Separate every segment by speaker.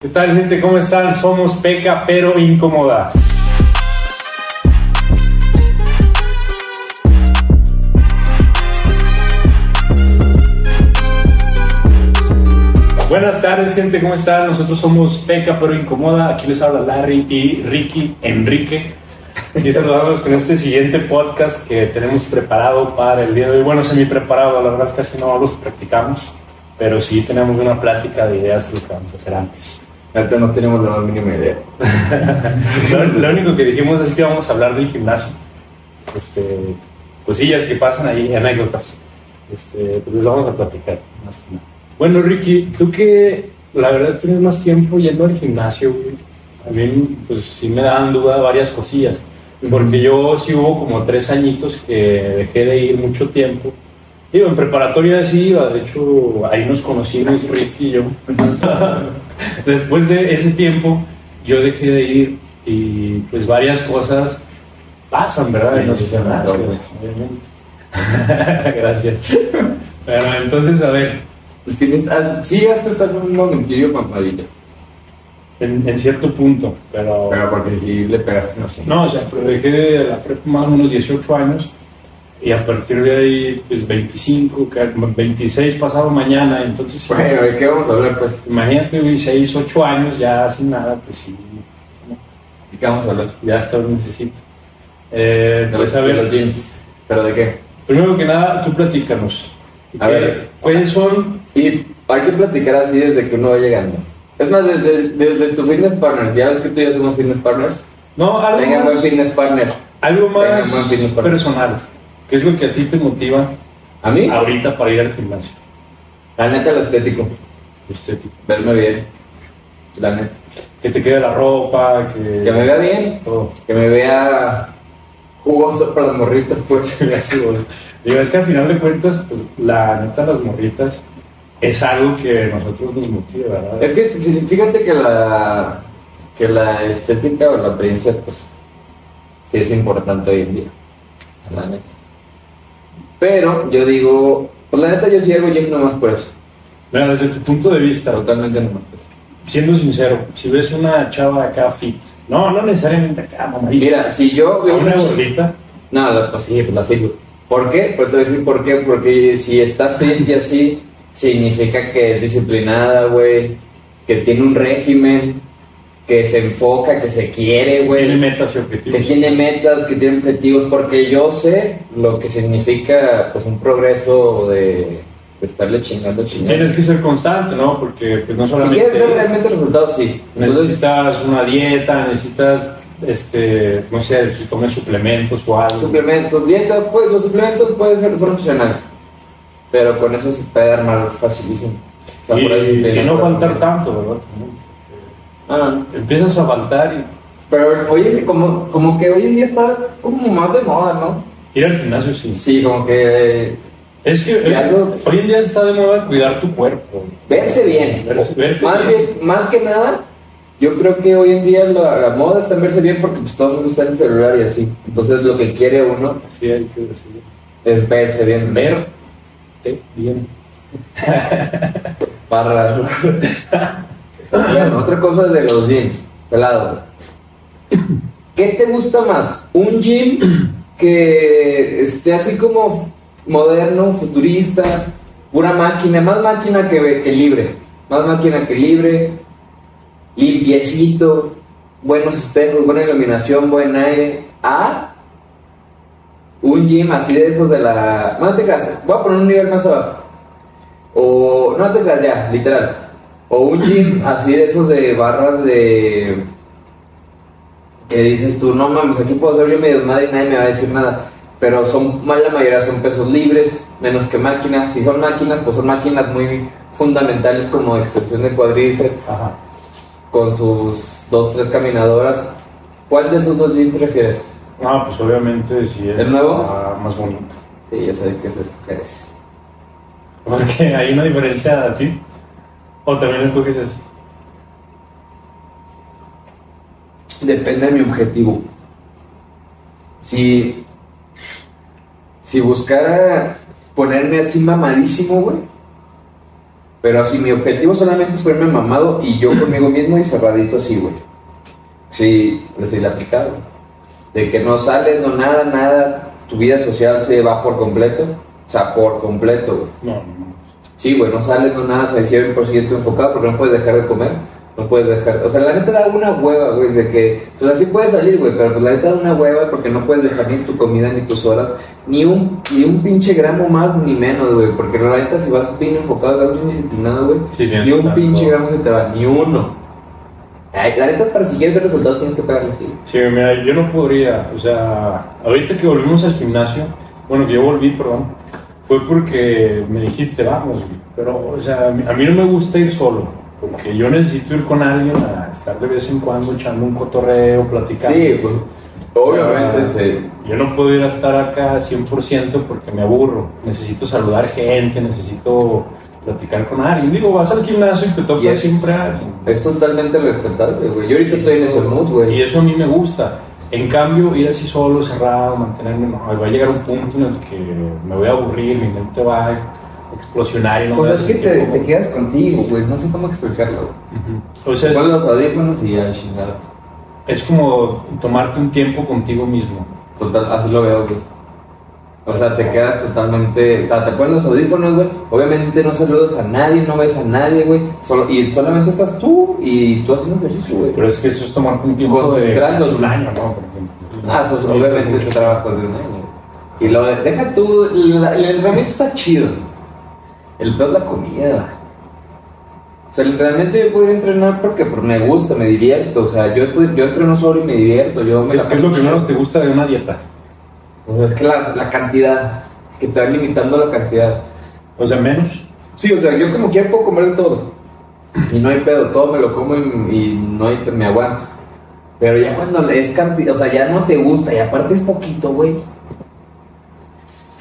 Speaker 1: ¿Qué tal gente? ¿Cómo están? Somos Peca pero incómoda. Buenas tardes gente, ¿cómo están? Nosotros somos Peca pero incomoda. Aquí les habla Larry y Ricky Enrique. Y saludándonos con este siguiente podcast que tenemos preparado para el día de hoy. Bueno, semi preparado, la verdad casi no los practicamos, pero sí tenemos una plática de ideas de lo que vamos a hacer antes.
Speaker 2: Ahorita no tenemos la más mínima idea.
Speaker 1: Lo, lo único que dijimos es que íbamos a hablar del gimnasio. Este, cosillas que pasan ahí, anécdotas. Este, pues les vamos a platicar, más que nada. Bueno, Ricky, tú que la verdad tienes más tiempo yendo al gimnasio, güey. A mí, pues sí me daban duda varias cosillas. Porque yo sí hubo como tres añitos que dejé de ir mucho tiempo. Digo, en preparatoria sí iba, de hecho ahí nos conocimos Ricky y yo. Después de ese tiempo yo dejé de ir y pues varias cosas pasan, ¿verdad? En los
Speaker 2: Sí, sí, sí,
Speaker 1: gimnasios,
Speaker 2: claro.
Speaker 1: obviamente. Gracias. Pero entonces, a ver,
Speaker 2: Es que sí, has- sí hasta estar en un momentillo papadillo.
Speaker 1: en, en cierto punto, pero...
Speaker 2: Pero porque sí le pegaste, no sé.
Speaker 1: No, o sea, pero dejé de la prepa más o menos 18 años y a partir de ahí, pues 25, que- 26 pasado mañana, entonces
Speaker 2: Bueno, ¿de qué vamos a hablar pues?
Speaker 1: imagínate, güey, 6, 8 años ya sin nada, pues sí,
Speaker 2: ¿De qué vamos a hablar?
Speaker 1: ya hasta lo necesito. Eh,
Speaker 2: De
Speaker 1: pues
Speaker 2: los,
Speaker 1: a
Speaker 2: de los
Speaker 1: ver,
Speaker 2: jeans. ¿Pero de qué?
Speaker 1: primero que nada, tú platícanos. Eh,
Speaker 2: A ver.
Speaker 1: ¿Cuáles son?
Speaker 2: Y hay que platicar así desde que uno va llegando. Es más, desde, desde tu fitness partner. Ya ves que tú ya somos fitness partners.
Speaker 1: No, algo
Speaker 2: Tenga buen
Speaker 1: más,
Speaker 2: fitness partner.
Speaker 1: algo más
Speaker 2: Tengan buen fitness para-
Speaker 1: personal. ¿Qué es lo que a ti te motiva
Speaker 2: ¿A mí?
Speaker 1: ahorita para ir al gimnasio?
Speaker 2: La neta, lo estético.
Speaker 1: Estético.
Speaker 2: Verme bien. La neta.
Speaker 1: Que te quede la ropa, que...
Speaker 2: Que me vea bien.
Speaker 1: todo.
Speaker 2: Que me vea jugoso para las morritas, pues.
Speaker 1: Sí, güey. Digo, es que al final de cuentas, pues, la neta, las morritas es algo que a nosotros nos motiva, ¿verdad?
Speaker 2: Es que fí- fíjate que la que la estética o la apariencia pues sí es importante hoy en día, la neta. Pero yo digo, pues la neta yo sí hago gym nomás por eso,
Speaker 1: Mira, desde tu punto de vista,
Speaker 2: totalmente nomás por eso.
Speaker 1: siendo sincero, si ves una chava acá fit, no, no necesariamente acá, mamadísima,
Speaker 2: Mira, si yo
Speaker 1: a
Speaker 2: veo
Speaker 1: una
Speaker 2: una
Speaker 1: gordita,
Speaker 2: No, la- pues sí, pues la fit. ¿Por qué? Pues te voy a decir por qué, porque si está fit y así, significa que es disciplinada, güey, que tiene un régimen, que se enfoca, que se quiere, güey.
Speaker 1: tiene metas y objetivos.
Speaker 2: pues, que tiene metas, que tiene objetivos, porque yo sé lo que significa pues un progreso de, de estarle chingando, chingando.
Speaker 1: Tienes que ser constante, ¿no? Porque pues, no
Speaker 2: Si
Speaker 1: solamente
Speaker 2: quieres ver realmente resultados, sí. Entonces,
Speaker 1: necesitas una dieta, necesitas, este, no sé, si tomes suplementos o algo.
Speaker 2: suplementos, dieta, pues los suplementos pueden ser funcionales, pero con eso se puede armar facilísimo. O sea,
Speaker 1: y,
Speaker 2: por ahí
Speaker 1: y
Speaker 2: suplementos,
Speaker 1: no faltar
Speaker 2: ¿no?
Speaker 1: tanto, ¿verdad? También.
Speaker 2: Ah,
Speaker 1: Empiezas a faltar y
Speaker 2: pero hoy en- como, como que hoy en día está como más de moda, ¿no?
Speaker 1: Ir al gimnasio sí.
Speaker 2: Sí, como que
Speaker 1: Es que
Speaker 2: Y algo-
Speaker 1: eh, hoy en día está de moda cuidar tu cuerpo.
Speaker 2: Verse bien.
Speaker 1: Verse- verte
Speaker 2: más,
Speaker 1: bien.
Speaker 2: bien- más que nada, yo creo que hoy en día la, la moda está en verse bien porque pues, todo el mundo está en el celular y así. Entonces lo que quiere uno
Speaker 1: Sí, hay que verse bien.
Speaker 2: es verse bien.
Speaker 1: Verte bien.
Speaker 2: Para... Bueno, otra cosa de los gyms, pelado. ¿Qué te gusta más? ¿Un gym que esté así como moderno, futurista, una máquina, más máquina que, que libre, más máquina que libre, limpiecito, buenos espejos, buena iluminación, buen aire, a un gym así de esos de la... No te creas, voy a poner un nivel más abajo. O no te creas ya, literal. O un gym así de esos de barras de. Que dices tú, no mames, aquí puedo hacer yo medio madre y nadie me va a decir nada. Pero son, más la mayoría son pesos libres, menos que máquinas. Si son máquinas, pues son máquinas muy fundamentales como excepción de cuadríceps,
Speaker 1: Ajá.
Speaker 2: con sus dos, tres caminadoras. ¿Cuál de esos dos gyms prefieres?
Speaker 1: No, pues obviamente si es
Speaker 2: ¿El nuevo?
Speaker 1: ah, más bonito.
Speaker 2: Sí, ya sé que es escogeres.
Speaker 1: Porque hay una diferencia a ti. O también escoges eso.
Speaker 2: Depende de mi objetivo. Si. Si buscara ponerme así mamadísimo, güey. Pero si mi objetivo solamente es verme mamado y yo conmigo mismo y cerradito así, güey. Sí, les he aplicado. De que no sales, no nada, nada. Tu vida social se va por completo. O sea, por completo, güey.
Speaker 1: No, no.
Speaker 2: Sí, güey, no sales, no nada, o sea, 100% enfocado porque no puedes dejar de comer. No puedes dejar. O sea, la neta da una hueva, güey, de que. O sea, sí puedes salir, güey, pero pues la neta da una hueva porque no puedes dejar ni tu comida ni tus horas, ni un, ni un pinche gramo más ni menos, güey. Porque la neta, si vas bien enfocado, vas bien disciplinado, güey,
Speaker 1: Sí, tienes
Speaker 2: ni
Speaker 1: que
Speaker 2: un
Speaker 1: estar
Speaker 2: pinche
Speaker 1: todo.
Speaker 2: gramo se te va, ni uno. Ay, la neta, para si quieres ver resultados, tienes que pegarle, sí.
Speaker 1: Sí, mira, yo no podría, o sea, ahorita que volvimos al gimnasio, bueno, que yo volví, perdón, fue porque me dijiste, vamos, güey". pero, o sea, a mí a mí no me gusta ir solo, porque yo necesito ir con alguien a estar de vez en cuando echando un cotorreo, platicando.
Speaker 2: Sí, pues. Obviamente, sí.
Speaker 1: Yo no puedo ir a estar acá 100% porque me aburro. Necesito saludar gente, necesito platicar con alguien. Digo, vas al gimnasio y te toca
Speaker 2: Y es-
Speaker 1: siempre a alguien.
Speaker 2: Es totalmente respetable, güey. Yo ahorita estoy en ese mood, güey.
Speaker 1: Y eso a mí me gusta. En cambio, ir así solo, cerrado, mantenerme, no, va a llegar un punto en el que me voy a aburrir, mi mente va a explosionar y no me
Speaker 2: Pues
Speaker 1: voy
Speaker 2: es
Speaker 1: a
Speaker 2: que te,
Speaker 1: sentir
Speaker 2: te
Speaker 1: cómodo.
Speaker 2: quedas contigo, güey. No sé cómo explicarlo. güey.
Speaker 1: Ujú. O sea, es-
Speaker 2: Pon los audífonos y ya, chingada.
Speaker 1: es como tomarte un tiempo contigo mismo.
Speaker 2: Total, así lo veo, güey. O sea, te quedas totalmente. O sea, te pones los audífonos, güey. Obviamente no saludas a nadie, no ves a nadie, güey. Solo, y solamente estás tú y tú haciendo ejercicio, güey.
Speaker 1: Pero es que eso es tomarte un tiempo de
Speaker 2: Concentrando.
Speaker 1: casi un año, ¿no? Por ejemplo. Este,
Speaker 2: Ah, eso es- obviamente
Speaker 1: Mucho.
Speaker 2: es trabajo de un año. güey. Y lo de, deja tú, la- el entrenamiento está chido. El peor es la comida. O sea, el entrenamiento yo podría entrenar porque pues, me gusta, me divierto. O sea, yo, pu- yo entreno solo y me divierto. Yo me la
Speaker 1: ¿Qué es lo que
Speaker 2: paso
Speaker 1: menos
Speaker 2: chido.
Speaker 1: te gusta de una dieta?
Speaker 2: O sea, es que la, la cantidad, que te va limitando la cantidad.
Speaker 1: O sea, menos.
Speaker 2: Sí, o sea, yo como quiera puedo comer de todo. Y no hay pedo, todo me lo como y, y no hay, me aguanto. Pero ya cuando le- es cantidad, o sea, ya no te gusta y aparte es poquito, güey.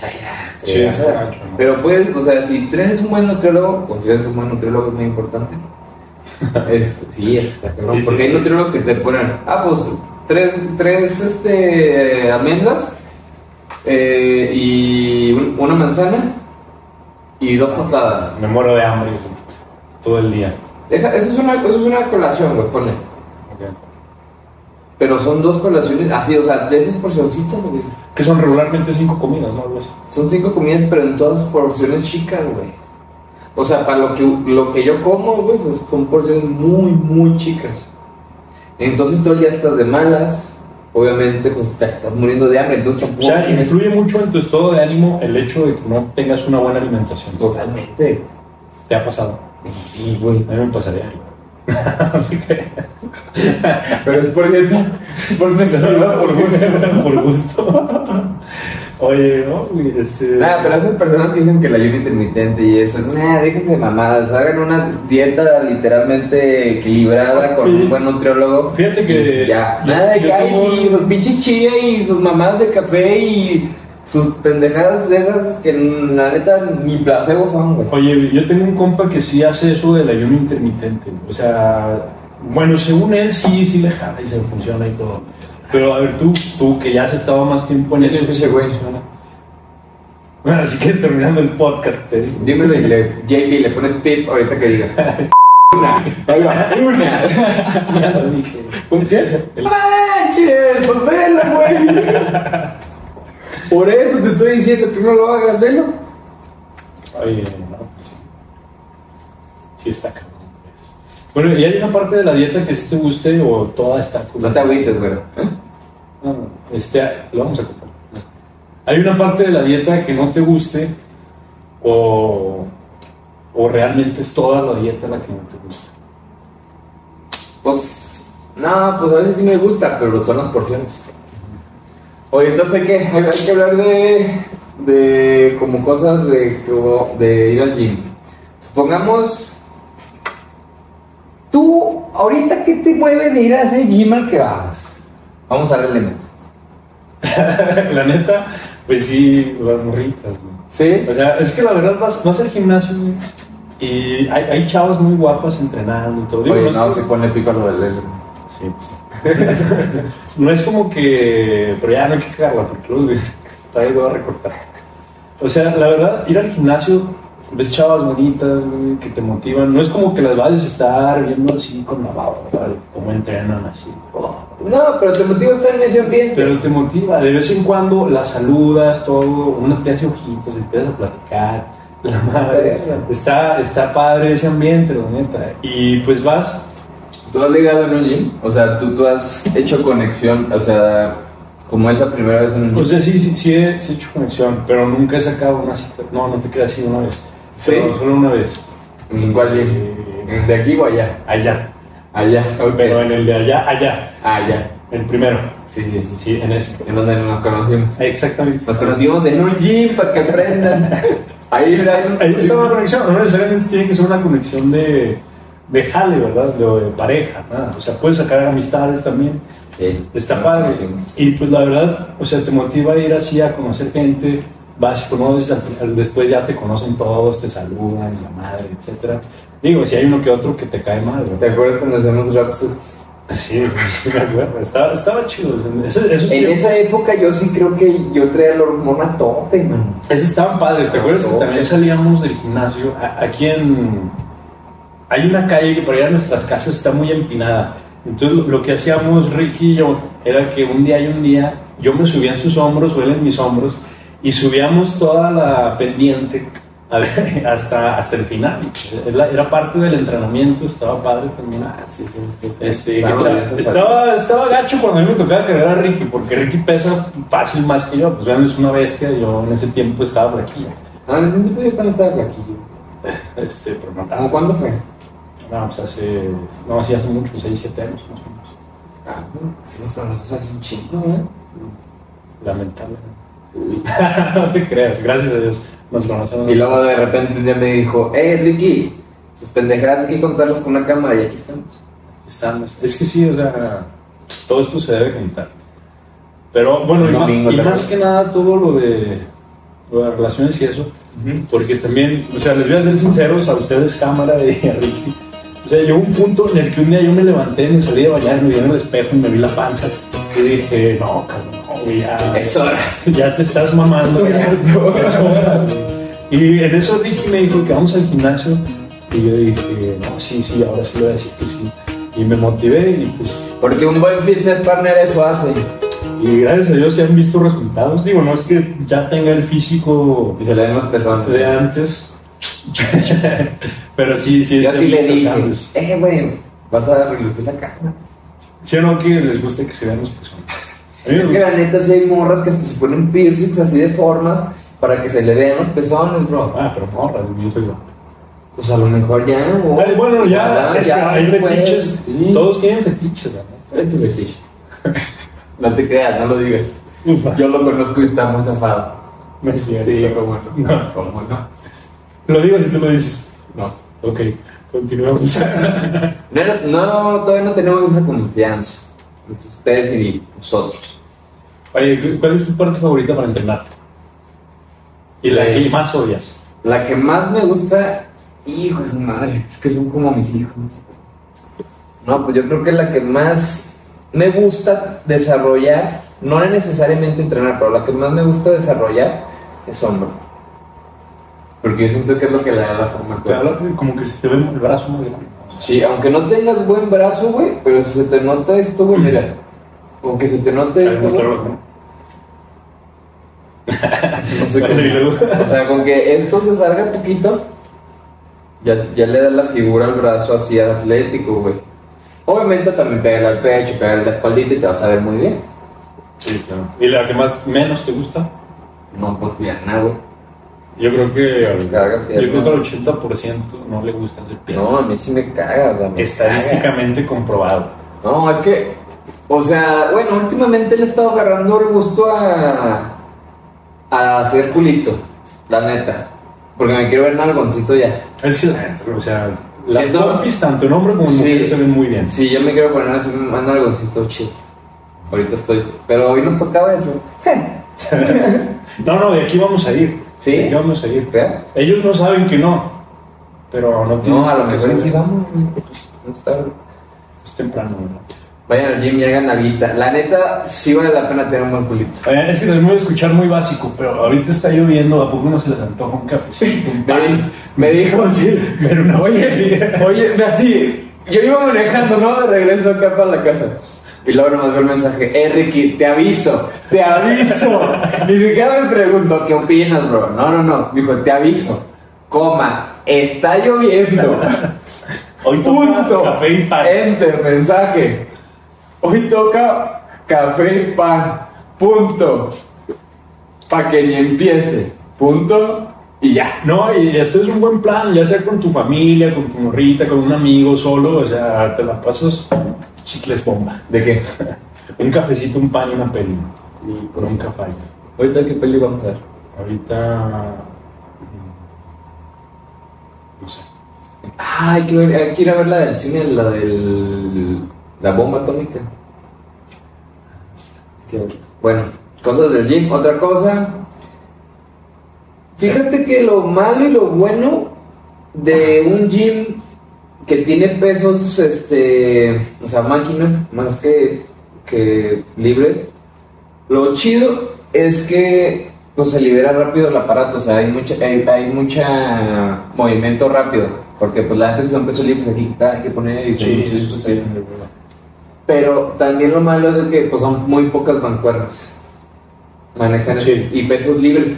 Speaker 2: Ay, ya,
Speaker 1: Sí,
Speaker 2: fregada.
Speaker 1: está gacho, ¿no?
Speaker 2: Pero puedes, o sea, si tienes un buen nutriólogo, consideras un buen nutriólogo es muy importante. Este, sí, está cabrón,
Speaker 1: Sí, sí.
Speaker 2: porque hay nutriólogos que te ponen, ah, pues tres, tres este, almendras eh, y un- una manzana y dos tostadas.
Speaker 1: Me muero de hambre güey, todo el día.
Speaker 2: Deja, eso es una, eso es una colación, güey, pone.
Speaker 1: Ok.
Speaker 2: Pero son dos colaciones así, o sea, de esas porcioncitas, güey.
Speaker 1: Que son regularmente cinco comidas, ¿no? Algo así.
Speaker 2: Son cinco comidas, pero en todas porciones chicas, güey. O sea, para lo que, lo que yo como, güey, son- son porciones muy, muy chicas. Entonces todo el día estás de malas. Obviamente, pues te estás muriendo de hambre, entonces
Speaker 1: O
Speaker 2: tampoco.
Speaker 1: sea,
Speaker 2: tienes-
Speaker 1: influye mucho en tu estado de ánimo el hecho de que no tengas una buena alimentación.
Speaker 2: Totalmente.
Speaker 1: ¿Te ha pasado?
Speaker 2: Sí, güey.
Speaker 1: A mí me pasaría. Así que-
Speaker 2: Pero es por dieta, por necesidad, por gusto.
Speaker 1: por gusto. Oye, ¿no? güey? Este...
Speaker 2: Nada, pero esas personas que dicen que el ayuno intermitente y eso, nada, déjense de mamadas, hagan una dieta literalmente equilibrada con
Speaker 1: Ah, Sí.
Speaker 2: un buen nutriólogo.
Speaker 1: Fíjate que-
Speaker 2: Y Ya,
Speaker 1: yo-
Speaker 2: nada de
Speaker 1: yo
Speaker 2: que ay,
Speaker 1: tomo-
Speaker 2: sí, sus pinches chía y sus mamadas de café y sus pendejadas de esas que mm, la neta ni placebo son, güey.
Speaker 1: Oye, yo tengo un compa que sí hace eso del ayuno intermitente. O sea, bueno, según él sí, sí le jala y se funciona y todo. Pero a ver, tú, tú que ya has estado más tiempo en
Speaker 2: ¿Quién
Speaker 1: eso.
Speaker 2: es ese güey?
Speaker 1: Bueno, así que es terminando el podcast, te digo.
Speaker 2: Dímelo y le, JB, le pones pip ahorita que diga. una, ahí va, una.
Speaker 1: Ya lo dije.
Speaker 2: ¿Con qué? ¡Manches! Pues velo, güey. Por eso te estoy diciendo que no lo hagas, velo.
Speaker 1: Oye, no, pues sí. Sí está cabrón. pues. Bueno, ¿y hay una parte de la dieta que sí te guste o toda está
Speaker 2: Pues No te agüites, güey.
Speaker 1: No, no, este, lo vamos a contar. Hay una parte de la dieta que no te guste o, o realmente es toda la dieta la que no te gusta.
Speaker 2: Pues, no, pues a veces sí me gusta, pero son las porciones. Oye, entonces, ¿qué? Hay, hay que hablar de, de como cosas de, como de ir al gym. Supongamos, tú, ahorita, ¿qué te mueve de ir a ese gym al que vas? Vamos a darle meta.
Speaker 1: la neta, pues sí, las morritas, güey.
Speaker 2: ¿Sí?
Speaker 1: O sea, es que la verdad vas, vas al gimnasio, güey, y hay, hay chavas muy guapas entrenando y todo. Digo,
Speaker 2: Oye,
Speaker 1: es
Speaker 2: no,
Speaker 1: que-
Speaker 2: se pone pico lo del Lelo.
Speaker 1: Sí, pues sí. no es como que. Pero ya no hay que cagarla porque luego güey, está de huevo a recortar. O sea, la verdad, ir al gimnasio ves chavas bonitas, güey, que te motivan. No es como que las vayas a estar viendo así con la baba, ¿vale? Cómo entrenan así. Oh.
Speaker 2: No, pero te motiva estar en ese ambiente.
Speaker 1: Pero te motiva, de vez en cuando las saludas, todo, uno te hace ojitos, empiezas a platicar, la madre.
Speaker 2: Verga.
Speaker 1: Está, está padre ese ambiente, la neta. Y pues vas,
Speaker 2: ¿Tú has llegado en un gym? O sea, ¿tú, tú has hecho conexión, o sea, como esa primera vez en un
Speaker 1: o
Speaker 2: gym.
Speaker 1: sea, Pues sí, sí, sí he, sí he hecho conexión, pero nunca he sacado una cita. No, no te quedas así una vez.
Speaker 2: ¿Sí?
Speaker 1: Pero solo una vez. Eh,
Speaker 2: ¿En cuál gym? ¿En ¿De aquí o allá?
Speaker 1: Allá.
Speaker 2: Allá, ok.
Speaker 1: Pero en el de allá, allá.
Speaker 2: Allá.
Speaker 1: El primero.
Speaker 2: Sí, sí, sí, sí.
Speaker 1: Sí, en ese.
Speaker 2: En donde nos conocimos.
Speaker 1: Exactamente.
Speaker 2: Nos conocimos en un gym para que aprendan. Ahí, mira,
Speaker 1: Ahí está Eh, una conexión, no necesariamente tiene que ser una conexión de, de jale, ¿verdad? De, de pareja, nada. O sea, puedes sacar amistades también.
Speaker 2: Sí.
Speaker 1: Está
Speaker 2: Nos
Speaker 1: padre.
Speaker 2: conocimos.
Speaker 1: Y pues la verdad, o sea, te motiva a ir así a conocer gente, vas y conoces, al- después ya te conocen todos, te saludan, y la madre, etcétera. Digo, si hay uno que otro que te cae mal,
Speaker 2: ¿Te
Speaker 1: ¿verdad?
Speaker 2: acuerdas cuando hacemos rap sets?
Speaker 1: Sí, sí, sí, me acuerdo. Estaba, estaba chido. o sea, Eso, eso, sí-
Speaker 2: En esa época yo sí creo que yo traía la hormona a tope, man.
Speaker 1: Esos estaban padres, ¿te acuerdas que
Speaker 2: No.
Speaker 1: también salíamos del gimnasio? A- Aquí en... Hay una calle que por allá en nuestras casas está muy empinada. Entonces lo- lo que hacíamos Ricky y yo era que un día y un día yo me subía en sus hombros o él en mis hombros y subíamos toda la pendiente a ver, hasta, hasta el final. Era, era parte del entrenamiento, estaba padre también.
Speaker 2: Ah, sí,
Speaker 1: Este, que estaba, estaba, estaba gacho cuando a mí me tocaba cargar a Ricky, porque Ricky pesa fácil más que yo. Pues vean, es una bestia. Yo en ese tiempo estaba por aquí.
Speaker 2: Ah, en ese tiempo yo también estaba flaquillo.
Speaker 1: Este, pero no
Speaker 2: ¿Cómo
Speaker 1: tanto.
Speaker 2: cuándo fue?
Speaker 1: No, pues hace. No, sí, hace mucho, 6, 7 años más o menos.
Speaker 2: Ah, sí nos conocemos hace un chingo, ¿eh?
Speaker 1: Lamentable. no te creas, gracias a Dios. Nos conocemos.
Speaker 2: Y luego de repente un día me dijo, eh, Ricky, tus pendejadas hay que contarlas con una cámara y aquí estamos.
Speaker 1: Estamos. Es que sí, o sea, todo esto se debe contar. Pero bueno, y, ma-
Speaker 2: Domingo
Speaker 1: y
Speaker 2: también.
Speaker 1: más que nada todo lo de, lo de relaciones y eso, porque también, o sea, les voy a ser sinceros a ustedes, cámara de Ricky. O sea, llegó un punto en el que un día yo me levanté, me salí de bañar, me vi en el espejo y me vi la panza. Y dije, no, cabrón, no, güey, ya,
Speaker 2: Es hora.
Speaker 1: ya te estás mamando.
Speaker 2: Estoy
Speaker 1: ya,
Speaker 2: harto.
Speaker 1: ya es hora. Y en eso Ricky me dijo que vamos al gimnasio. Y yo dije, no, sí, sí, ahora sí lo voy a decir que sí. Y me motivé y pues,
Speaker 2: Porque un buen fitness partner eso hace.
Speaker 1: y gracias a Dios se han visto resultados. Digo, no es que ya tenga el físico
Speaker 2: Y se le den los pezones.
Speaker 1: de antes. Pero sí, sí,
Speaker 2: yo
Speaker 1: se
Speaker 2: sí
Speaker 1: han
Speaker 2: le
Speaker 1: visto
Speaker 2: dije,
Speaker 1: cambios.
Speaker 2: eh, güey, vas a relucir la cámara.
Speaker 1: ¿Sí o no que les guste que se vean los personas? A mí me
Speaker 2: Es que
Speaker 1: gusta.
Speaker 2: la neta sí hay morras que hasta se ponen piercings así de formas para que se le vean los pezones, bro.
Speaker 1: Ah, pero morras, yo soy yo.
Speaker 2: Pues a lo mejor ya, o-
Speaker 1: Ay, bueno, ya,
Speaker 2: Ah,
Speaker 1: es que hay
Speaker 2: después,
Speaker 1: fetiches.
Speaker 2: sí.
Speaker 1: Todos tienen fetiches, la neta.
Speaker 2: Es tu fetiche. no te creas, no lo digas.
Speaker 1: Ufa.
Speaker 2: Yo lo conozco y está muy zafado.
Speaker 1: No es cierto.
Speaker 2: Sí, cómo no.
Speaker 1: No.
Speaker 2: ¿Cómo no?
Speaker 1: Lo digo si tú lo dices.
Speaker 2: No.
Speaker 1: Ok, continuamos.
Speaker 2: No, no, no, todavía no tenemos esa confianza. entre Ustedes y nosotros.
Speaker 1: Oye, ¿cuál es tu parte favorita para entrenar? Y la que más odias.
Speaker 2: La que más me gusta, hijo de su madre, es que son como mis hijos. No, pues yo creo que la que más me gusta desarrollar, no era necesariamente entrenar, pero la que más me gusta desarrollar es hombro. Porque yo siento que es lo que le da la forma al
Speaker 1: Te
Speaker 2: cuerpo.
Speaker 1: hablas de como que se te ve el brazo más grande.
Speaker 2: Sí, aunque no tengas buen brazo, güey, pero si se te nota esto, güey, mira. Aunque se te note
Speaker 1: Te
Speaker 2: esto, güey,
Speaker 1: mostrarlo, ¿no?
Speaker 2: no sé
Speaker 1: Bueno, y luego.
Speaker 2: cómo. O sea, con que esto se salga poquito, ya, ya le da la figura al brazo así atlético, güey. Obviamente también pégale al pecho, pégale a la espaldita y te vas a ver muy bien.
Speaker 1: Sí, claro. ¿Y la que más menos te gusta?
Speaker 2: No, pues pierna, güey.
Speaker 1: Yo creo que al,
Speaker 2: Carga
Speaker 1: yo creo
Speaker 2: pierna.
Speaker 1: que al 80% no le gusta hacer pierna.
Speaker 2: No, a mí sí me caga, güey. me caga.
Speaker 1: Estadísticamente comprobado.
Speaker 2: No, es que, o sea, bueno, últimamente le he estado agarrando el gusto a, a hacer culito, la neta. Porque me quiero ver nalgoncito ya.
Speaker 1: Es que la neta, o sea, las
Speaker 2: Siento-
Speaker 1: pompis, tanto en hombre como en
Speaker 2: Sí.
Speaker 1: mujer, se ven muy bien.
Speaker 2: Sí, yo me quiero poner así un un nalgoncito chido. Ahorita estoy. Pero hoy nos tocaba eso.
Speaker 1: No, no, de aquí vamos a ir.
Speaker 2: ¿Sí?
Speaker 1: De aquí vamos a ir.
Speaker 2: ¿Verdad?
Speaker 1: Ellos no saben que no, pero no tienen
Speaker 2: No, a lo
Speaker 1: que
Speaker 2: mejor
Speaker 1: saber.
Speaker 2: sí vamos. güey. No está-
Speaker 1: Es temprano, ¿verdad?
Speaker 2: Vayan al gym y hagan alita. La neta, sí vale la pena tener un buen culito.
Speaker 1: Oigan, es que les voy a escuchar muy básico, pero ahorita está lloviendo, ¿a poco no se les antoja un cafecito? Un
Speaker 2: Me, di- me dijo así.
Speaker 1: Pero una
Speaker 2: Oye, oye, ve así. Yo iba manejando, ¿no? De regreso acá para la casa. Y luego nomás veo el mensaje, eh, Ricky, te aviso, te aviso. Ni siquiera me pregunto, ¿qué opinas, bro? No, no, no. Dijo, te aviso, coma, está lloviendo.
Speaker 1: Hoy toca
Speaker 2: Punto. Eh.
Speaker 1: café y pan.
Speaker 2: Enter, mensaje. Hoy toca café y pan. Punto. Para que ni empiece. Punto. Y ya.
Speaker 1: No, y este es un buen plan, ya sea con tu familia, con tu morrita, con un amigo, solo, o sea, te la pasas chicles bomba.
Speaker 2: ¿De qué?
Speaker 1: Un cafecito, un pan y una peli. Y por
Speaker 2: Pues
Speaker 1: un café.
Speaker 2: Ahorita qué peli vamos a ver.
Speaker 1: Ahorita. mm, No sé.
Speaker 2: Ah, hay que, ver- hay que ir a ver la del cine, la del. La bomba atómica. Que- bueno, cosas del gym. Otra cosa. Fíjate que lo malo y lo bueno de un gym que tiene pesos, este. O sea, máquinas más que, que libres. Lo chido es que pues, se libera rápido el aparato, o sea, hay mucha, hay, hay mucha movimiento rápido, porque pues las veces son pesos libres, aquí está, hay que poner y- pues, Pero también lo malo es de que pues, son muy pocas mancuernas. Manejan
Speaker 1: Sí.
Speaker 2: esas- y pesos libres.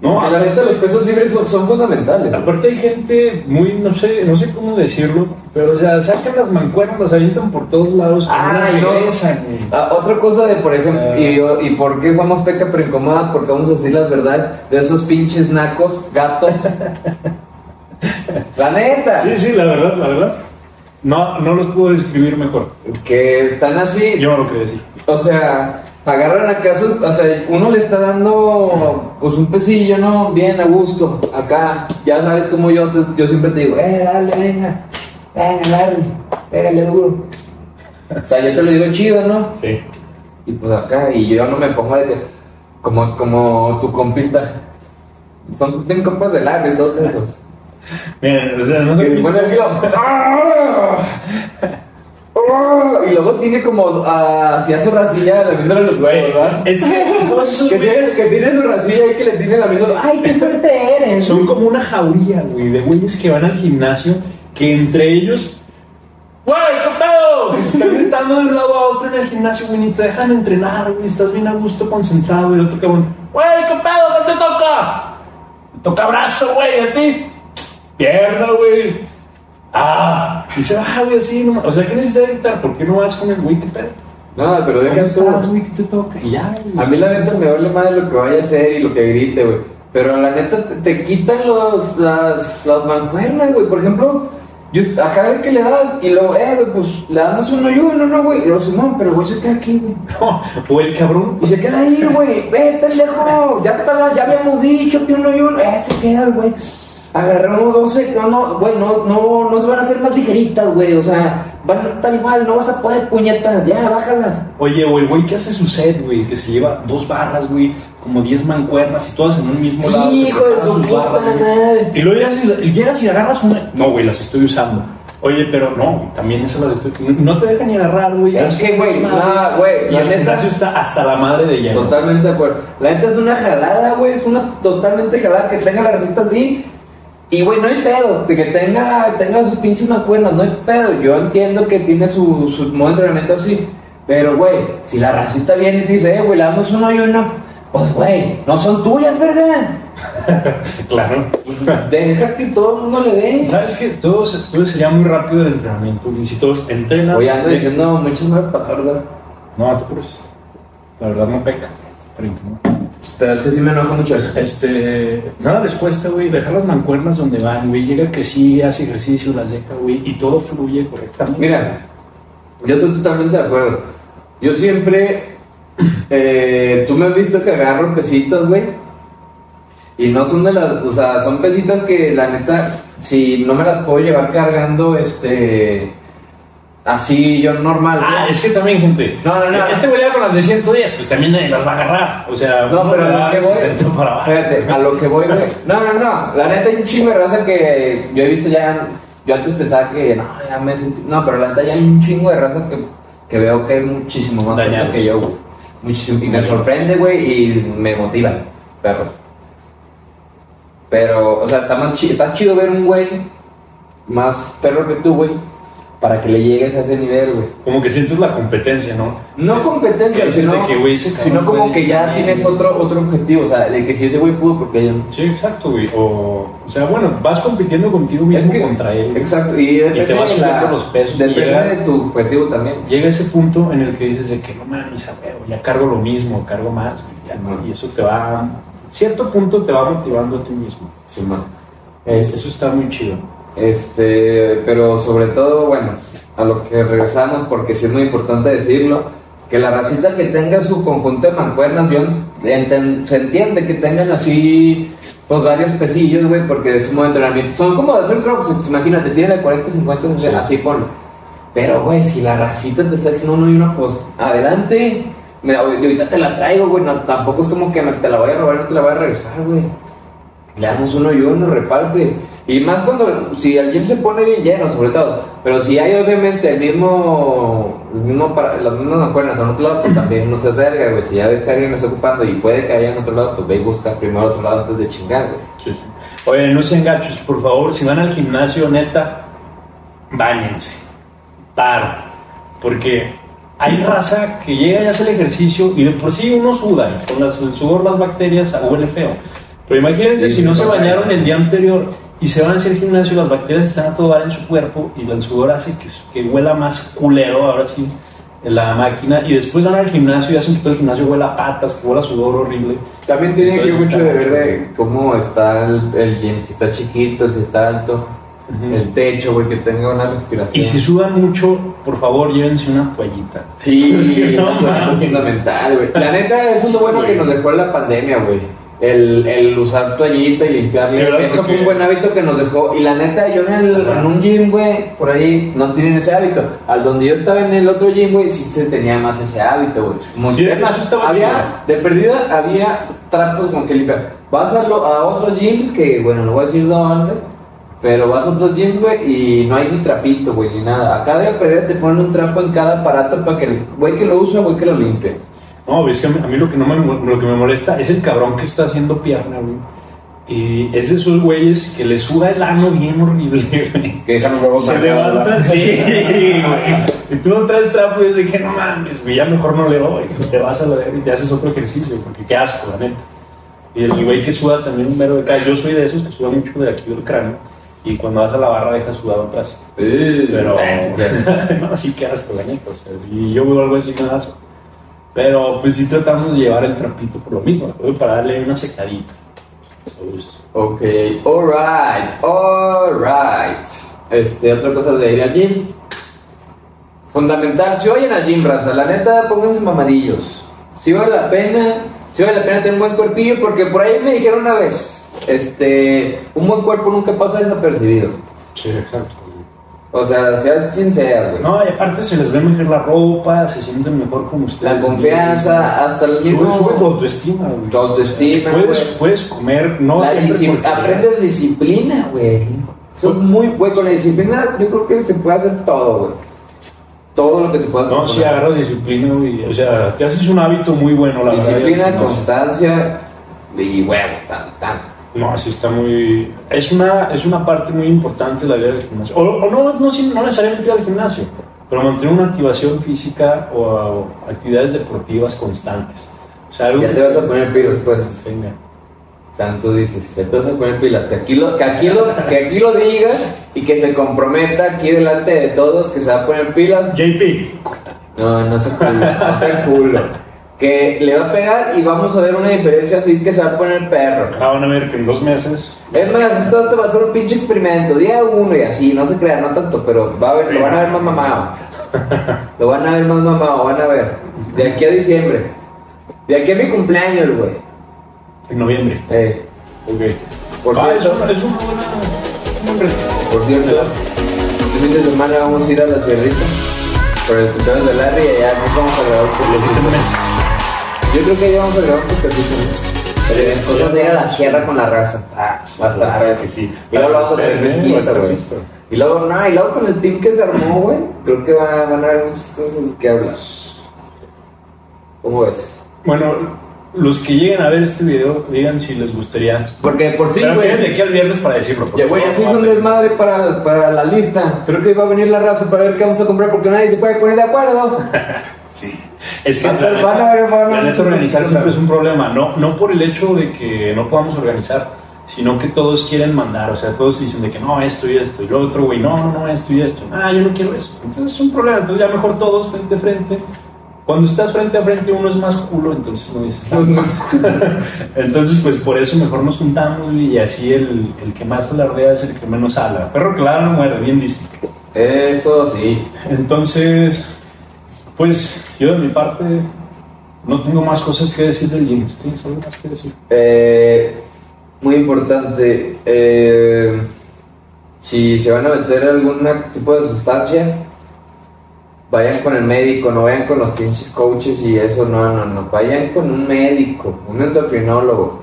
Speaker 1: No, Ah,
Speaker 2: No, la neta, los pesos libres son, son fundamentales.
Speaker 1: Aparte hay gente muy, no sé, no sé cómo decirlo, pero o sea, sacan las mancuernas, las avientan por todos lados,
Speaker 2: Ah,
Speaker 1: no
Speaker 2: no.
Speaker 1: regresan, güey.
Speaker 2: Ah, otra cosa de, por ejemplo,
Speaker 1: sea-
Speaker 2: y, yo- y por qué somos peca pero incómoda, porque vamos a decir las verdades de esos pinches nacos, gatos. la neta.
Speaker 1: Sí, sí, la verdad, la verdad. No, no los puedo describir mejor.
Speaker 2: Que están así.
Speaker 1: Yo no lo quería decir.
Speaker 2: O sea, agarran acá sus. O sea, uno le está dando pues un pesillo, ¿no? Bien a gusto. Acá, ya sabes como yo, te- yo siempre te digo, eh, dale, venga, venga, dale, pégale duro. O sea, yo te lo digo chido, ¿no?
Speaker 1: Sí.
Speaker 2: Y pues acá, y yo no me pongo de que, como, como tu compita. Son bien compas de labio pues. y todos esos.
Speaker 1: Miren, o sea, no sé
Speaker 2: Y bueno, aquí lo- ¡Ah! ¡Ah! Y luego tiene como, ah, si hace racilla lamiéndole los
Speaker 1: Güey,
Speaker 2: huevos, ¿verdad?
Speaker 1: es que todos esos
Speaker 2: Que tiene,
Speaker 1: güeyes
Speaker 2: que tiene su racilla y que le tiene lamiéndole. ¡Ay, qué fuerte eres!
Speaker 1: son como una jauría, güey, de güeyes que van al gimnasio, que entre ellos. ¡Güey, qué pedo! Están gritando de un lado a otro en el gimnasio, güey, ni te dejan entrenar, güey, estás bien a gusto concentrado, y el otro cabrón. ¡Güey, qué pedo, qué te toca! Me toca brazo, güey, a ti. Pierna, güey. Ah, y se baja, güey, así, no, o sea, ¿qué necesitas gritar? ¿Por qué no vas con el güey, qué pedo?
Speaker 2: No, pero
Speaker 1: ¿Dónde
Speaker 2: dejan
Speaker 1: estás,
Speaker 2: todo.
Speaker 1: güey, qué te toca? Y ya, güey,
Speaker 2: A mí la
Speaker 1: sí,
Speaker 2: neta
Speaker 1: sí,
Speaker 2: me
Speaker 1: sí.
Speaker 2: vale madre lo que vaya a hacer y lo que grite, güey. Pero la neta te, te quitan los, las, las mancuernas, güey. Por ejemplo, yo a cada vez que le das y luego, eh, güey, pues le damos uno y uno, no, güey. Y luego, Simón, pero güey, se queda aquí, güey.
Speaker 1: O el cabrón
Speaker 2: Y se queda ahí, güey. Ve, pendejo. Ya, te- ya habíamos dicho que uno y uno. Eh, se queda, güey. Agarramos 12. eh, No, no, güey, no, no, no se van a hacer más ligeritas, güey. O sea, van a estar igual. No vas a poder puñetas. Ya, bájalas.
Speaker 1: Oye, güey, güey, ¿qué hace su set, güey? Que se lleva dos barras, güey, como diez mancuernas y todas en un mismo
Speaker 2: Sí,
Speaker 1: lado. se
Speaker 2: hijo de
Speaker 1: preparan
Speaker 2: su
Speaker 1: sus
Speaker 2: puta
Speaker 1: güey.
Speaker 2: madre.
Speaker 1: Y luego llegas y, llegas y agarras una. No, güey, las estoy usando. Oye, pero no, güey, también esas las estoy. No te dejan ni agarrar, güey.
Speaker 2: Es que, güey,
Speaker 1: Madre.
Speaker 2: nada, güey,
Speaker 1: Y
Speaker 2: la
Speaker 1: el
Speaker 2: neta-
Speaker 1: gimnasio está hasta la madre de ella.
Speaker 2: Totalmente de acuerdo. La neta es una jalada, güey. Es una totalmente jalada que tenga las recetas así. Y, güey, no hay pedo. de Que tenga, tenga sus pinches mancuernas, no hay pedo. Yo entiendo que tiene su, su modo de entrenamiento así. Pero, güey, si la racita viene y dice, eh, güey, le damos uno y uno. Pues, güey, no son tuyas, verga.
Speaker 1: Claro.
Speaker 2: Deja que todo el mundo le dé.
Speaker 1: ¿Sabes qué? Todo, se- todo sería muy rápido el entrenamiento, güey. Si todos entrenan.
Speaker 2: Oye, ando diciendo muchas más palabras.
Speaker 1: No, no te preocupes. La verdad no peca. Pero, ¿no?
Speaker 2: Pero es que sí me enoja mucho eso.
Speaker 1: Este, nada les cuesta, güey, dejar las mancuernas donde van, güey, llega que sí, hace ejercicio, las deja, güey, y todo fluye correctamente.
Speaker 2: Mira, yo estoy totalmente de acuerdo. Yo siempre. eh, Tú me has visto que agarro pesitas, güey. Y no son de las. O sea, son pesitas que la neta, si no me las puedo llevar cargando, este. Así yo normal.
Speaker 1: Ah,
Speaker 2: güey.
Speaker 1: es que también, gente.
Speaker 2: No, no, no.
Speaker 1: Este güey va con las de 110, pues también nadie las va a agarrar. O sea,
Speaker 2: No,
Speaker 1: uno
Speaker 2: pero
Speaker 1: le
Speaker 2: a
Speaker 1: da
Speaker 2: lo que
Speaker 1: el
Speaker 2: voy.
Speaker 1: 60 para abajo.
Speaker 2: Espérate, a lo que voy, güey. No, no, no. La neta hay un chingo de raza que yo he visto ya. Yo antes pensaba que no, ya me sentí. No, pero la neta ya hay un chingo de raza que, que que veo que hay muchísimo más gente
Speaker 1: Dañados.
Speaker 2: que yo, güey. Muchísimo. Y me sorprende, güey, y me motiva, perro. Pero, o sea, está, más chido, está chido ver un güey más perro que tú, güey, para que le llegues a ese nivel, güey.
Speaker 1: Como que sientes la competencia, ¿no?
Speaker 2: No competencia,
Speaker 1: Dices de
Speaker 2: sino,
Speaker 1: que, güey, ese cabrón
Speaker 2: sino como
Speaker 1: puede
Speaker 2: que ya
Speaker 1: bien.
Speaker 2: tienes otro, otro objetivo, o sea, de que si ese güey pudo, porque yo no.
Speaker 1: Sí, exacto, güey. O, o sea, bueno, vas compitiendo contigo mismo contra él.
Speaker 2: Exacto, y, depende
Speaker 1: te vas
Speaker 2: de
Speaker 1: subiendo los pesos,
Speaker 2: Depende
Speaker 1: llega-
Speaker 2: de tu objetivo también.
Speaker 1: Llega ese punto en el que dices de que no mames, a huevo, ya cargo lo mismo, cargo más, güey, ya,
Speaker 2: Sí, man.
Speaker 1: y eso te va, cierto punto te va motivando a ti mismo.
Speaker 2: Simón.
Speaker 1: Es- Eso está muy chido.
Speaker 2: Este, pero sobre todo, bueno, a lo que regresamos, porque sí es muy importante decirlo, que la racita que tenga su conjunto de mancuernas, yo enten- se entiende que tengan así, pues varios pesillos, güey, porque es un modo de entrenamiento. Son como de hacer crossfit, imagínate, tiene de 40, 50, o sea,
Speaker 1: Sí.
Speaker 2: así ponlo. Pero, güey, si la racita te está diciendo uno y uno, pues adelante. Mira, güey, yo ahorita te la traigo, güey, no, tampoco es como que me, te la voy a robar, no te la voy a regresar, güey. Le damos uno y uno, reparte. Y más cuando, si el gym se pone bien lleno, sobre todo. Pero si hay obviamente el mismo, el mismo para, las mismas mancuernas en otro lado, pues también no se verga, güey. Si ya ves que alguien lo está ocupando y puede que haya en otro lado, pues ve y busca primero otro lado antes de chingar, güey.
Speaker 1: Oye, no sean gachos, por favor, si van al gimnasio, neta, bañense. Paro. Porque hay raza que llega y hace el ejercicio y de por sí uno suda y con las- el sudor las bacterias ah, huele feo. Pero imagínense si
Speaker 2: Sí,
Speaker 1: no
Speaker 2: sí,
Speaker 1: se
Speaker 2: sí.
Speaker 1: bañaron el día anterior y se van a hacer el gimnasio, las bacterias están a todo dar en su cuerpo y el sudor hace que, que huela más culero, ahora sí, en la máquina. Y después van al gimnasio y hacen que todo el gimnasio huela a patas, que huela a sudor horrible.
Speaker 2: También tiene que
Speaker 1: Entonces,
Speaker 2: mucho
Speaker 1: está
Speaker 2: de ver
Speaker 1: mucho.
Speaker 2: de cómo está el, el gym, si está chiquito, si está alto,
Speaker 1: Ujú.
Speaker 2: el techo, güey, que tenga una respiración.
Speaker 1: Y si sudan mucho, por favor, llévense una toallita.
Speaker 2: Sí,
Speaker 1: No
Speaker 2: no, no,
Speaker 1: mames.
Speaker 2: es fundamental, güey. La neta, eso es lo bueno que nos dejó la pandemia, güey. El, el usar toallita y limpiarle.
Speaker 1: Sí, ¿verdad?
Speaker 2: eso fue
Speaker 1: Porque-
Speaker 2: un buen hábito que nos dejó. Y la neta, yo en, el,
Speaker 1: Ajá.
Speaker 2: en un gym, güey, por ahí no tienen ese hábito. Al donde yo estaba en el otro gym, güey, sí se tenía más ese hábito, güey. Como-
Speaker 1: Sí,
Speaker 2: es más,
Speaker 1: Pues, eso estaba
Speaker 2: había, de perdida, había trapos con que limpiar. Vas a, lo- a otros gyms que, bueno, no voy a decir dónde. Pero vas a otros gyms, güey, y no hay ni trapito, güey, ni nada. Acá de perdida te ponen un trapo en cada aparato para que el güey que lo usa, güey, que lo limpie.
Speaker 1: No, güey, es que a mí, a mí lo que no me, mo- lo que me molesta es el cabrón que está haciendo pierna, güey. Y es de esos güeyes que le suda el ano bien horrible, güey.
Speaker 2: Que dejan un huevo
Speaker 1: Se
Speaker 2: marcado,
Speaker 1: levantan,
Speaker 2: ¿verdad?
Speaker 1: sí, güey. Y tú no traes trapo y es de que no mames, güey, ya mejor no le doy. Te vas a la verga y te haces otro ejercicio, porque qué asco, la neta. Y el güey que suda también un mero de acá. Yo soy de esos que suda mucho de aquí del cráneo. Y cuando vas a la barra dejas sudado atrás. Pero, no, sí que asco, la neta. O sea, si yo veo algo así, me da asco. Pero, pues sí tratamos de llevar el trapito por lo mismo, ¿no? para darle una secadita. Pues,
Speaker 2: Ok, alright, alright. Este, otra cosa de ir al gym. Fundamental, si vayan al gym, raza, la neta, pónganse mamadillos. Si vale la pena, si vale la pena tener un buen cuerpillo, porque por ahí me dijeron una vez, este, un buen cuerpo nunca pasa desapercibido.
Speaker 1: sí, exacto.
Speaker 2: O sea, seas quien sea, güey.
Speaker 1: No, y aparte se les ve mejor la ropa, se sienten mejor con ustedes.
Speaker 2: La confianza, hasta el
Speaker 1: Sube,
Speaker 2: mismo...
Speaker 1: sube tu autoestima, güey.
Speaker 2: Tu autoestima,
Speaker 1: Puedes,
Speaker 2: güey.
Speaker 1: puedes comer, no
Speaker 2: La
Speaker 1: siempre
Speaker 2: disci-
Speaker 1: porquerías.
Speaker 2: aprendes disciplina, güey. Eso es muy, güey, con la disciplina yo creo que se puede hacer todo, güey. Todo lo que te puedas
Speaker 1: No, si
Speaker 2: proponer.
Speaker 1: agarras disciplina, güey. O sea, te haces un hábito muy bueno, la verdad.
Speaker 2: Disciplina,
Speaker 1: No,
Speaker 2: constancia y huevos, tan, tan.
Speaker 1: No, sí está muy... Es una, es una parte muy importante de la vida del gimnasio. O, o no, no, sí, no necesariamente ir al gimnasio, pero mantener una activación física o, o actividades deportivas constantes. O sea, algo
Speaker 2: Ya
Speaker 1: que
Speaker 2: te vas a poner pilos, pues.
Speaker 1: tenga.
Speaker 2: Tanto dices, ya te vas a poner pilas. Que aquí, lo, que, aquí lo, que aquí lo diga y que se comprometa aquí delante de todos que se va a poner pilas.
Speaker 1: JP,
Speaker 2: No, no se culo, no se culo. Que le va a pegar y vamos a ver una diferencia así que se va a poner perro.
Speaker 1: ah, van a ver que en dos meses...
Speaker 2: Es más, esto te va a ser un pinche experimento, día uno y así, no se crean, no tanto, pero va a ver, lo van a ver más mamado. Lo van a ver más mamado, van a ver. De aquí a diciembre. De aquí a mi cumpleaños, güey.
Speaker 1: En noviembre.
Speaker 2: Eh,
Speaker 1: Ok.
Speaker 2: Por
Speaker 1: Ah, es
Speaker 2: cierto-
Speaker 1: una, es una buena... un buen reto.
Speaker 2: por cierto, el fin de semana vamos a ir a la sierrita. Por el cumpleaños de Larry y allá nos vamos a grabar un
Speaker 1: Felicítame.
Speaker 2: poquito. Yo creo que ya vamos a grabar un poquito, ¿no? Pero es cosa de ir a la sierra con la raza.
Speaker 1: Ah,
Speaker 2: Va a estar,
Speaker 1: claro que sí.
Speaker 2: Y luego lo vamos a tener
Speaker 1: Eh, va a
Speaker 2: fresquito,
Speaker 1: estar
Speaker 2: güey.
Speaker 1: listo.
Speaker 2: Y luego, no, y luego con el team que se armó, güey, creo que va- van a haber muchas cosas que hablar. ¿Cómo ves?
Speaker 1: Bueno, los que lleguen a ver este video, digan si les gustaría.
Speaker 2: Porque por sí,
Speaker 1: Pero
Speaker 2: güey.
Speaker 1: tienen de aquí al viernes para decirlo. porque
Speaker 2: Ya, güey,
Speaker 1: no
Speaker 2: así es
Speaker 1: va a
Speaker 2: un
Speaker 1: tener-
Speaker 2: desmadre para, para la lista. Creo que va a venir la raza para ver qué vamos a comprar porque nadie se puede poner de acuerdo.
Speaker 1: Sí. Es que
Speaker 2: Van a-
Speaker 1: la neta-
Speaker 2: van a ver, van a
Speaker 1: la
Speaker 2: ver
Speaker 1: neta,
Speaker 2: muchas
Speaker 1: organizar
Speaker 2: cosas.
Speaker 1: siempre es un problema. No, no por el hecho de que no podamos organizar, sino que todos quieren mandar. O sea, todos dicen de que no, esto y esto. Y lo otro, güey, no, no, no, esto y esto. Ah, yo no quiero eso. Entonces es un problema. Entonces ya mejor todos frente a frente. Cuando estás frente a frente uno es más culo, entonces no dices
Speaker 2: Los
Speaker 1: tanto.
Speaker 2: más.
Speaker 1: Entonces, pues por eso mejor nos juntamos y así el, el que más alardea es el que menos habla. Perro claro no muere, bien dice.
Speaker 2: Eso sí.
Speaker 1: Entonces, pues yo de mi parte no tengo más cosas que decir del James. ¿Tienes algo más que decir?
Speaker 2: Eh, muy importante. eh, si se van a meter algún tipo de sustancia, vayan con el médico, no vayan con los pinches coaches y eso. No, no, no. Vayan con un médico, un endocrinólogo.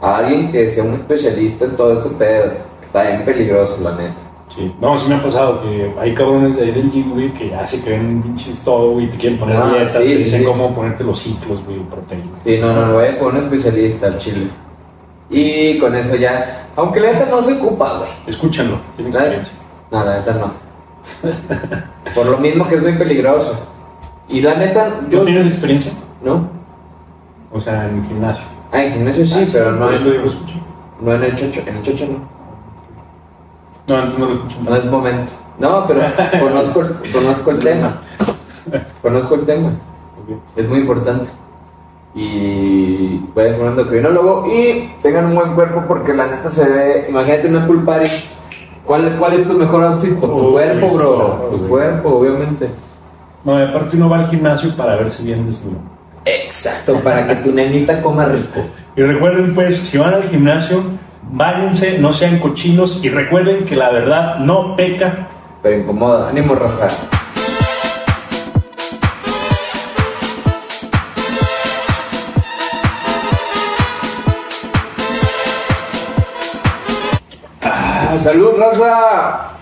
Speaker 2: Alguien que sea un especialista en todo ese pedo. Está bien peligroso, la neta.
Speaker 1: Sí. No, sí me ha pasado que hay cabrones de ahí del gym, güey, que ya se creen pinches todo, güey, te quieren poner
Speaker 2: Ah,
Speaker 1: dietas,
Speaker 2: sí,
Speaker 1: te dicen
Speaker 2: sí.
Speaker 1: cómo ponerte los ciclos, güey, proteínas.
Speaker 2: Sí, no, no, no, vaya con un especialista al chile. Y con eso ya. Aunque la neta no se ocupa, güey.
Speaker 1: Escúchenlo, tienen
Speaker 2: ¿Eh?
Speaker 1: experiencia.
Speaker 2: No, la neta no. Por lo mismo que es muy peligroso. Y la neta,
Speaker 1: ¿Tú
Speaker 2: yo.
Speaker 1: tienes experiencia?
Speaker 2: ¿No?
Speaker 1: O sea, en el gimnasio.
Speaker 2: Ah, en gimnasio sí,
Speaker 1: Ah,
Speaker 2: pero no,
Speaker 1: por
Speaker 2: en-
Speaker 1: eso digo, escucho.
Speaker 2: no en el chocho. En el chocho no.
Speaker 1: No, antes no lo escucho.
Speaker 2: No es momento. No, pero conozco, el- conozco el tema. Conozco el tema.
Speaker 1: Ok.
Speaker 2: Es muy importante. Y vayan con un endocrinólogo y tengan un buen cuerpo porque la neta se ve. Imagínate una pool party. ¿Cuál, ¿Cuál es tu mejor outfit? Pues tu
Speaker 1: Oh,
Speaker 2: cuerpo,
Speaker 1: sí,
Speaker 2: bro.
Speaker 1: claro,
Speaker 2: Tu
Speaker 1: güey.
Speaker 2: cuerpo, obviamente.
Speaker 1: No, y aparte uno va al gimnasio para verse bien desnudo.
Speaker 2: Exacto, para que tu nenita coma rico.
Speaker 1: Y recuerden pues, si van al gimnasio, váyanse, no sean cochinos y recuerden que la verdad no peca.
Speaker 2: Pero incomoda. Ánimo, Rafa. ¡Salud, Rafa!